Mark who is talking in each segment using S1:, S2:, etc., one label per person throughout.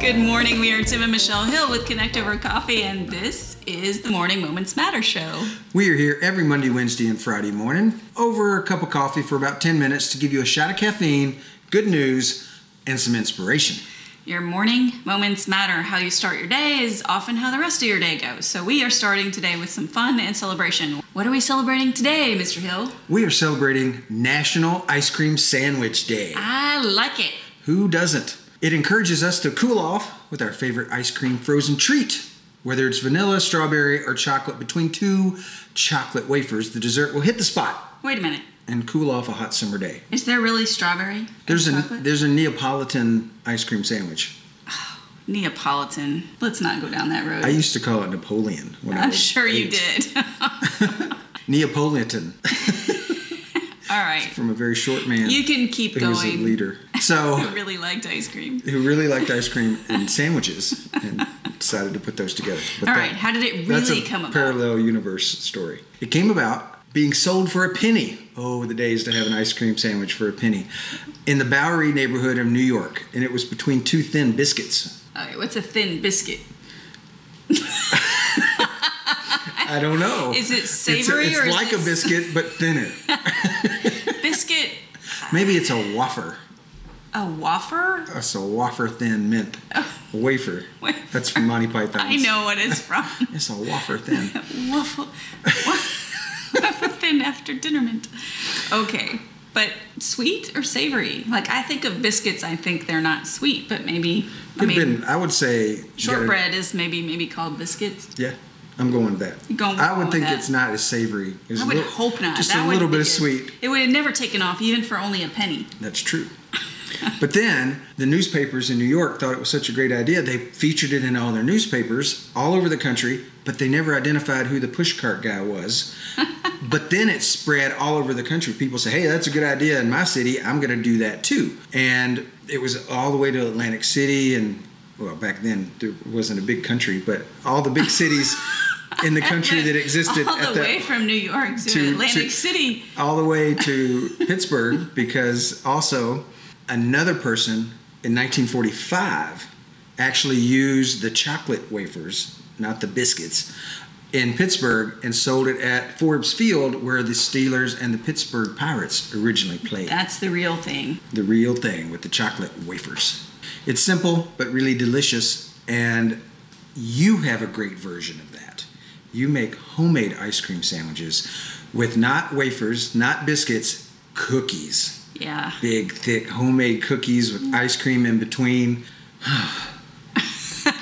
S1: Good morning. We are Tim and Michelle Hill with Connect Over Coffee, and this is the Morning Moments Matter show.
S2: We are here every Monday, Wednesday, and Friday morning over a cup of coffee for about 10 minutes to give you a shot of caffeine, good news, and some inspiration.
S1: Your morning moments matter. How you start your day is often how the rest of your day goes. So we are starting today with some fun and celebration. What are we celebrating today, Mr. Hill?
S2: We are celebrating National Ice Cream Sandwich Day.
S1: I like it.
S2: Who doesn't? It encourages us to cool off with our favorite ice cream frozen treat. Whether it's vanilla, strawberry, or chocolate, between two chocolate wafers, the dessert will hit the spot
S1: Wait a minute.
S2: and cool off a hot summer day.
S1: Is there really strawberry? and
S2: There's a
S1: chocolate?
S2: there's a Neapolitan ice cream sandwich.
S1: Neapolitan. Let's not go down that road.
S2: I used to call it Napoleon when I
S1: I'm
S2: was
S1: sure you
S2: eight.
S1: did.
S2: Neapolitan
S1: All right.
S2: from a very short man
S1: You can keep
S2: who was a
S1: going.
S2: leader. So
S1: I really liked ice cream.
S2: who really liked ice cream and sandwiches and decided to put those together. But
S1: All
S2: that-
S1: right. How did it
S2: That's
S1: really
S2: a
S1: come about?
S2: parallel universe story. It came about being sold for a penny. Oh, the days to have an ice cream sandwich for a penny in the Bowery neighborhood of New York, and it was between two thin biscuits.
S1: All right. What's a thin biscuit?
S2: I don't know.
S1: Is it
S2: It's,
S1: savory
S2: it's
S1: or is
S2: like
S1: it
S2: a biscuit but thinner.
S1: biscuit?
S2: Maybe it's a wafer.
S1: A wafer?
S2: That's a wafer thin mint wafer.
S1: Wait.
S2: That's from Monty Python.
S1: Oh. I know what it's from.
S2: It's a wafer thin.
S1: Waffle. Waffle thin after dinner mint. Okay. But sweet or savory? Like I think of biscuits, I think they're not sweet, but maybe I
S2: Could
S1: mean
S2: have been. I would say you gotta-
S1: shortbread is maybe maybe called biscuits.
S2: Yeah, I'm going with that.
S1: You're going
S2: I would
S1: with
S2: think
S1: that.
S2: it's not as savory. It's
S1: I
S2: a
S1: would
S2: little-
S1: hope not.
S2: Just
S1: That
S2: a
S1: wouldn't
S2: little
S1: be
S2: bit of
S1: good.
S2: sweet.
S1: It would have never taken off, even for only a penny.
S2: That's true. but then the newspapers in New York thought it was such a great idea. They featured it in all their newspapers all over the country, but they never identified who the pushcart guy was. but then it spread all over the country. People say, "Hey, that's a good idea in my city. I'm going to do that too." And it was all the way to Atlantic City and well, back then there wasn't a big country, but all the big cities in the country that existed
S1: all
S2: at
S1: the
S2: that
S1: way from New York to,
S2: to-
S1: Atlantic
S2: to-
S1: City.
S2: all the way to Pittsburgh because also another person in 1945 actually used the chocolate wafers, not the biscuits, in Pittsburgh and sold it at Forbes Field where the Steelers and the Pittsburgh Pirates originally played.
S1: That's the real thing.
S2: the real thing with the chocolate wafers. It's simple but really delicious and you have a great version of that. You make homemade ice cream sandwiches with not wafers, not biscuits, cookies.
S1: Yeah.
S2: Big, thick homemade cookies with ice cream in between.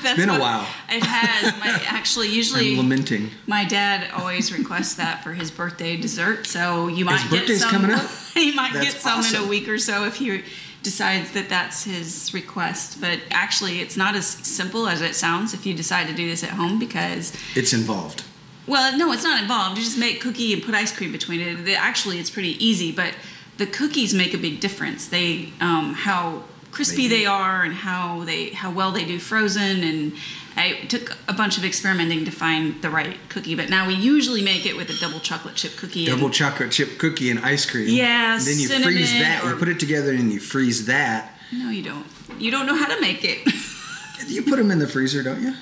S1: That's
S2: been a
S1: what-
S2: while.
S1: It has. My, actually, usually
S2: I'm lamenting.
S1: My dad always requests that for his birthday dessert, so you might get
S2: birthday's
S1: some.
S2: coming up?
S1: he might
S2: That's
S1: get some in
S2: awesome.
S1: a week or so if he decides that that's his request. But actually, it's not as simple as it sounds if you decide to do this at home because,
S2: It's involved.
S1: well, no, it's not involved. You just make cookie and put ice cream between it. The- Actually, it's pretty easy, but the cookies make a big difference. They um, how crispy
S2: They do.
S1: they are and how they how well they do frozen and I took a bunch of experimenting to find the right cookie, but now we usually make it with a double chocolate chip cookie. and-
S2: Double chocolate chip cookie and ice cream.
S1: Yeah,
S2: And then you
S1: cinnamon
S2: freeze that.
S1: or-
S2: You put it together and you freeze that.
S1: no, you don't. You don't know how to make it.
S2: You put them in the freezer, don't you?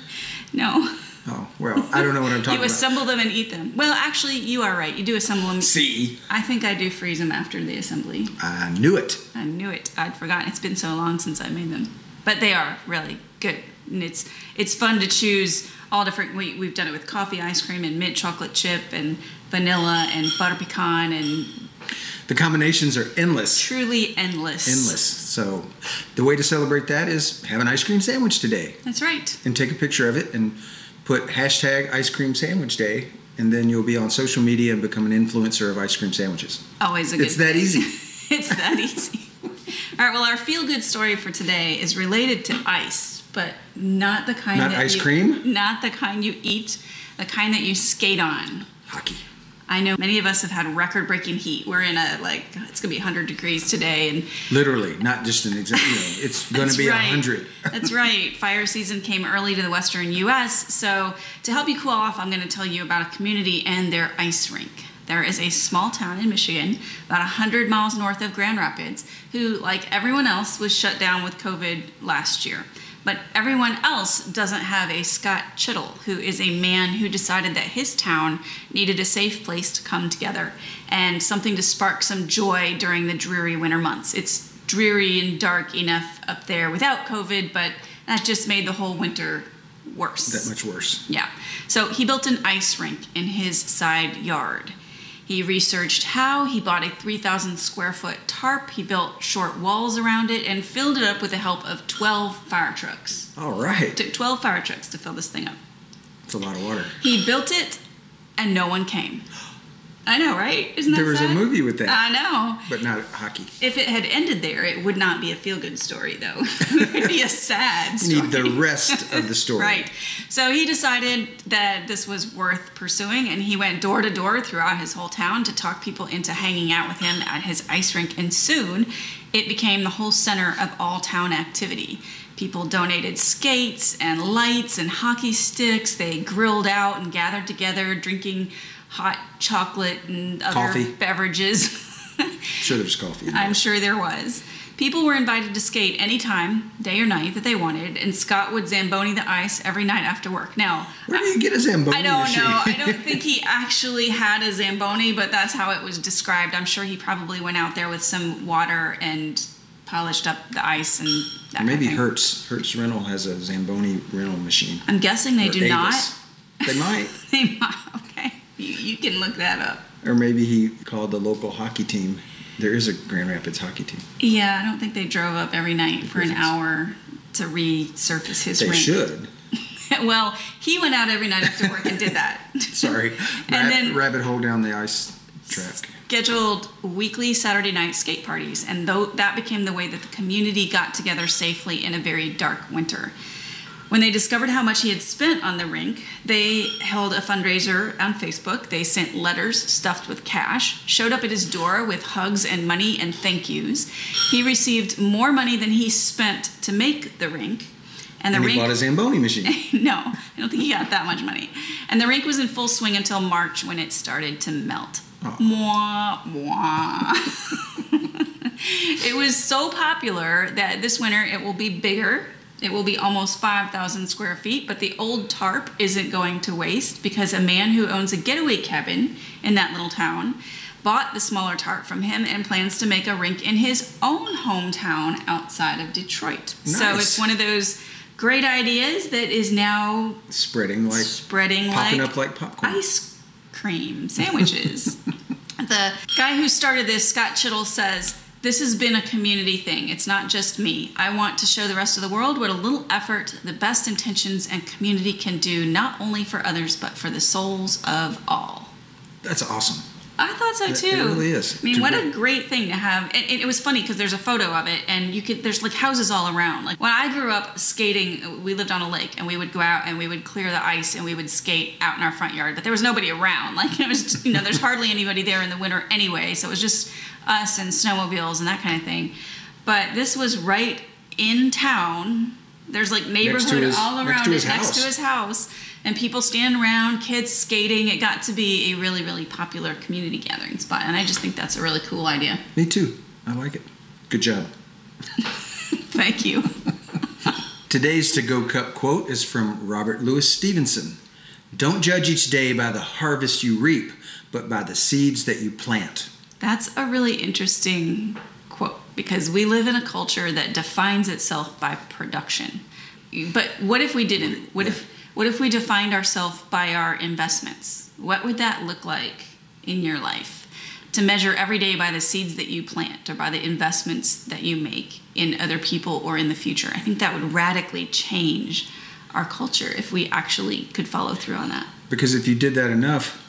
S1: no.
S2: Oh, well, I don't know what I'm talking
S1: You
S2: about.
S1: assemble them and eat them. Well, actually, you are right. You do assemble them.
S2: See,
S1: I think I do freeze them after the assembly.
S2: I knew it.
S1: I knew it. I'd forgotten. It's been so long since I made them, but they are really good, and it's it's fun to choose all different. We we've done it with coffee, ice cream, and mint chocolate chip, and vanilla, and butter pecan, and
S2: The combinations are endless.
S1: truly endless.
S2: Endless. So the way to celebrate that is have an ice cream sandwich today
S1: That's right.
S2: and take a picture of it and put hashtag ice cream sandwich day and then you'll be on social media and become an influencer of ice cream sandwiches.
S1: Always a good.
S2: It's that easy.
S1: it's that easy. All right. Well, our feel good story for today is related to ice, but not the kind.
S2: Not
S1: that
S2: ice
S1: you-
S2: cream?
S1: Not the kind you eat. The kind that you skate on.
S2: Hockey.
S1: I know many of us have had record breaking heat. We're in a like it's gonna be 100 degrees today, and
S2: Literally, not just an example. You know, it's going to
S1: That's
S2: be a
S1: right.
S2: 100.
S1: That's right. Fire season came early to the western U.S. So, to help you cool off, I'm going to tell you about a community and their ice rink. There is a small town in Michigan, about 100 miles north of Grand Rapids, who, like everyone else, was shut down with COVID last year. But everyone else doesn't have a Scott Chittle, who is a man who decided that his town needed a safe place to come together and something to spark some joy during the dreary winter months. It's dreary and dark enough up there without COVID, but that just made the whole winter worse.
S2: That much worse.
S1: Yeah. So he built an ice rink in his side yard. He researched how, he bought a 3,000 square foot tarp, he built short walls around it, and filled it up with the help of 12 fire trucks.
S2: All right.
S1: It took 12 fire trucks to fill this thing up.
S2: It's a lot of water.
S1: He built it, and no one came. I know, right? Isn't that
S2: There was a
S1: sad?
S2: movie with that.
S1: I know.
S2: But not hockey.
S1: If it had ended there, it would not be a feel good story, though. it would be a sad story.
S2: Need the rest of the story.
S1: Right. So he decided that this was worth pursuing, and he went door to door throughout his whole town to talk people into hanging out with him at his ice rink. And soon it became the whole center of all town activity. People donated skates and lights and hockey sticks. They grilled out and gathered together, drinking hot chocolate and other
S2: Coffee.
S1: beverages.
S2: Sure, there's coffee.
S1: I'm sure there was. People were invited to skate anytime, day or night, that they wanted, and Scott would Zamboni the ice every night after work. Now,
S2: Where do you get a Zamboni
S1: I don't
S2: machine?
S1: know. I don't think he actually had a Zamboni, but that's how it was described. I'm sure he probably went out there with some water and polished up the ice and that kind of
S2: Maybe
S1: thing.
S2: Hertz. Hertz Rental has a Zamboni rental machine.
S1: I'm guessing they
S2: Or
S1: do
S2: Avis.
S1: not.
S2: They might.
S1: They might. Okay. You, you can look that up.
S2: Or maybe he called the local hockey team. There is a Grand Rapids hockey team.
S1: Yeah, I don't think they drove up every night for an
S2: Perfect.
S1: hour to resurface his
S2: They
S1: rink.
S2: should.
S1: well, he went out every night after work and did that.
S2: Sorry. Ra-
S1: and then
S2: rabbit hole down the ice track.
S1: scheduled weekly Saturday night skate parties, and though that became the way that the community got together safely in a very dark winter. When they discovered how much he had spent on the rink, they held a fundraiser on Facebook. They sent letters stuffed with cash, showed up at his door with hugs and money and thank yous. He received more money than he spent to make the rink, and the
S2: And he
S1: rink
S2: bought a Zamboni machine.
S1: no, I don't think he got that much money. And the rink was in full swing until March when it started to melt.
S2: Oh.
S1: Mwah, mwah. it was so popular that this winter it will be bigger. It will be almost 5,000 square feet, but the old tarp isn't going to waste because a man who owns a getaway cabin in that little town bought the smaller tarp from him and plans to make a rink in his own hometown outside of Detroit. So
S2: Nice.
S1: it's one of those great ideas that is now
S2: Spreading like
S1: spreading
S2: popping
S1: like,
S2: up like popcorn.
S1: ice cream sandwiches. the guy who started this, Scott Chittle, says, This has been a community thing. It's not just me. I want to show the rest of the world what a little effort, the best intentions, and community can do, not only for others, but for the souls of all.
S2: That's awesome.
S1: I thought so
S2: It-
S1: too.
S2: it really is.
S1: I mean,
S2: To
S1: what
S2: be-
S1: a great thing to have. And, and it was funny because there's a photo of it, and you could there's like houses all around. Like when I grew up skating, we lived on a lake, and we would go out and we would clear the ice and we would skate out in our front yard. But there was nobody around. Like it was, just, you know, there's hardly anybody there in the winter anyway. So it was just us and snowmobiles and that kind of thing. But this was right in town. There's like neighborhood
S2: his-
S1: all around
S2: next to
S1: it,
S2: his
S1: next to
S2: house.
S1: his his house and people standing around, kids skating. It got to be a really, really popular community gathering spot. And I just think that's a really cool idea.
S2: Me too. I like it. Good job.
S1: Thank you.
S2: Today's To Go Cup quote is from Robert Louis Stevenson Don't judge each day by the harvest you reap, but by the seeds that you plant.
S1: That's a really interesting quote because we live in a culture that defines itself by production. But what if we didn't? What if what if we defined ourselves by our investments? What would that look like in your life? To measure every day by the seeds that you plant or by the investments that you make in other people or in the future. I think that would radically change our culture if we actually could follow through on that.
S2: Because if you did that enough,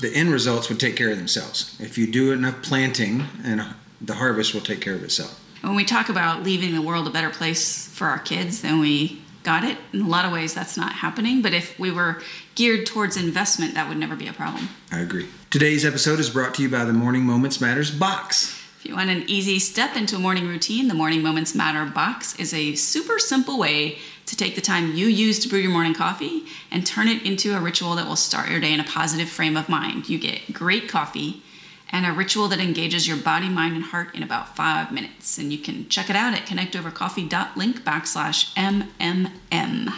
S2: the end results would take care of themselves. If you do enough planting, and the harvest will take care of itself.
S1: When we talk about leaving the world a better place for our kids than we got it, in a lot of ways that's not happening. But if we were geared towards investment, that would never be a problem.
S2: I agree. Today's episode is brought to you by the Morning Moments Matters box.
S1: If you want an easy step into a morning routine, the Morning Moments Matter box is a super simple way to take the time you use to brew your morning coffee and turn it into a ritual that will start your day in a positive frame of mind. You get great coffee and a ritual that engages your body, mind, and heart in about five minutes. And you can check it out at connectovercoffee.link backslash MMM.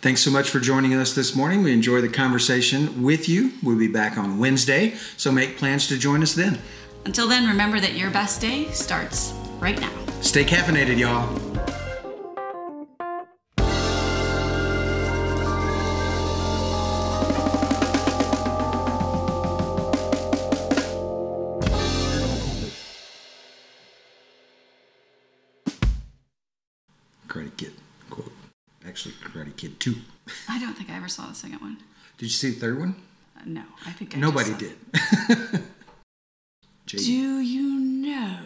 S2: Thanks so much for joining us this morning. We enjoy the conversation with you. We'll be back on Wednesday, so make plans to join us then.
S1: Until then, remember that your best day starts right now.
S2: Stay caffeinated, y'all. Karate Kid quote. Actually, Karate Kid 2.
S1: I don't think I ever saw the second one.
S2: Did you see the third one?
S1: Uh, no, I think I
S2: Nobody
S1: just saw-
S2: did. J-
S1: Do you know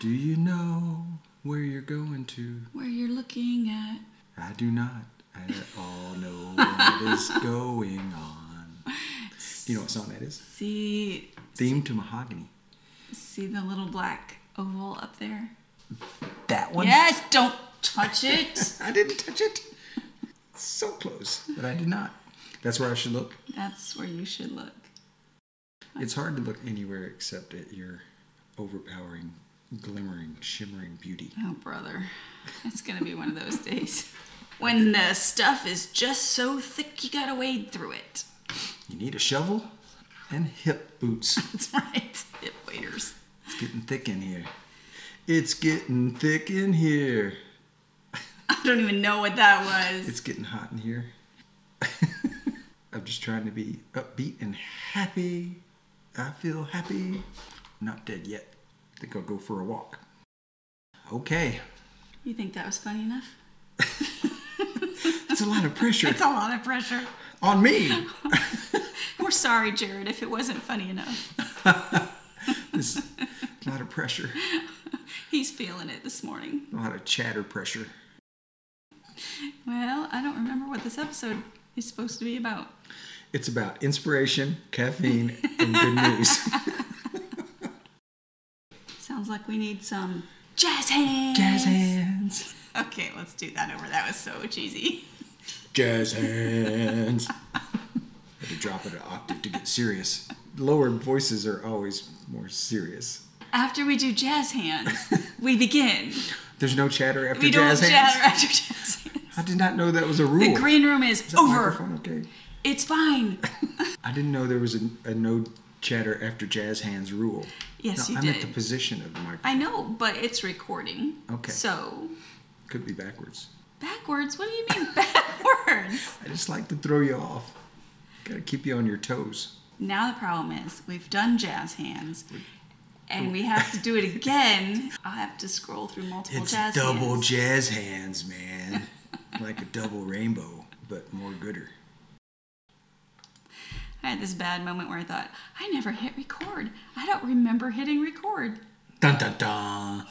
S2: Do you know where you're going to?
S1: where you're looking at?
S2: I do not at all know what is going on. Do you know what song that is?
S1: See,
S2: Theme to Mahogany.
S1: see the little black oval up there?
S2: That one?
S1: Yes, don't touch it.
S2: I didn't touch it. So close, but I did not. That's where I should look.
S1: That's where you should look.
S2: It's hard to look anywhere except at your overpowering, glimmering, shimmering beauty.
S1: Oh, brother. It's going to be one of those days when the stuff is just so thick you got to wade through it.
S2: You need a shovel and hip boots.
S1: That's right. It waders.
S2: It's getting thick in here. It's getting thick in here.
S1: I don't even know what that was.
S2: It's getting hot in here. I'm just trying to be upbeat and happy. I feel happy. Not dead yet. I think I'll go for a walk. Okay.
S1: You think that was funny enough?
S2: That's a lot of pressure
S1: It's a lot of pressure.
S2: on me.
S1: We're sorry, Jared, if it wasn't funny enough.
S2: This is a lot of pressure.
S1: He's feeling it this morning.
S2: A lot of chatter pressure.
S1: Well, I don't remember what this episode is supposed to be about.
S2: It's about inspiration, caffeine, and good news.
S1: Sounds like we need some jazz hands.
S2: Jazz hands.
S1: Okay, let's do that over. That was so cheesy.
S2: Jazz hands. Had to drop it an octave to get serious. Lower voices are always more serious.
S1: After we do jazz hands, we begin.
S2: There's no chatter after
S1: We don't
S2: jazz hands.
S1: chatter after jazz hands.
S2: I did not know that was a rule.
S1: The green room is,
S2: Is that
S1: over.
S2: microphone okay?
S1: It's fine.
S2: I didn't know there was a, a no chatter after jazz hands rule.
S1: Yes,
S2: no,
S1: you
S2: I'm at the
S1: did.
S2: position of the microphone.
S1: I know, but it's recording.
S2: Okay.
S1: So
S2: Could be backwards.
S1: backwards? What do you mean backwards?
S2: I just like to throw you off. Gotta keep you on your toes.
S1: now the problem is we've done jazz hands, and we have to do it again. I'll have to scroll through multiple
S2: It's
S1: jazz
S2: double
S1: hands.
S2: jazz hands, man. like a double rainbow, but more gooder.
S1: I had this bad moment where I thought I never hit record. I don't remember hitting record.
S2: Dun dun dun.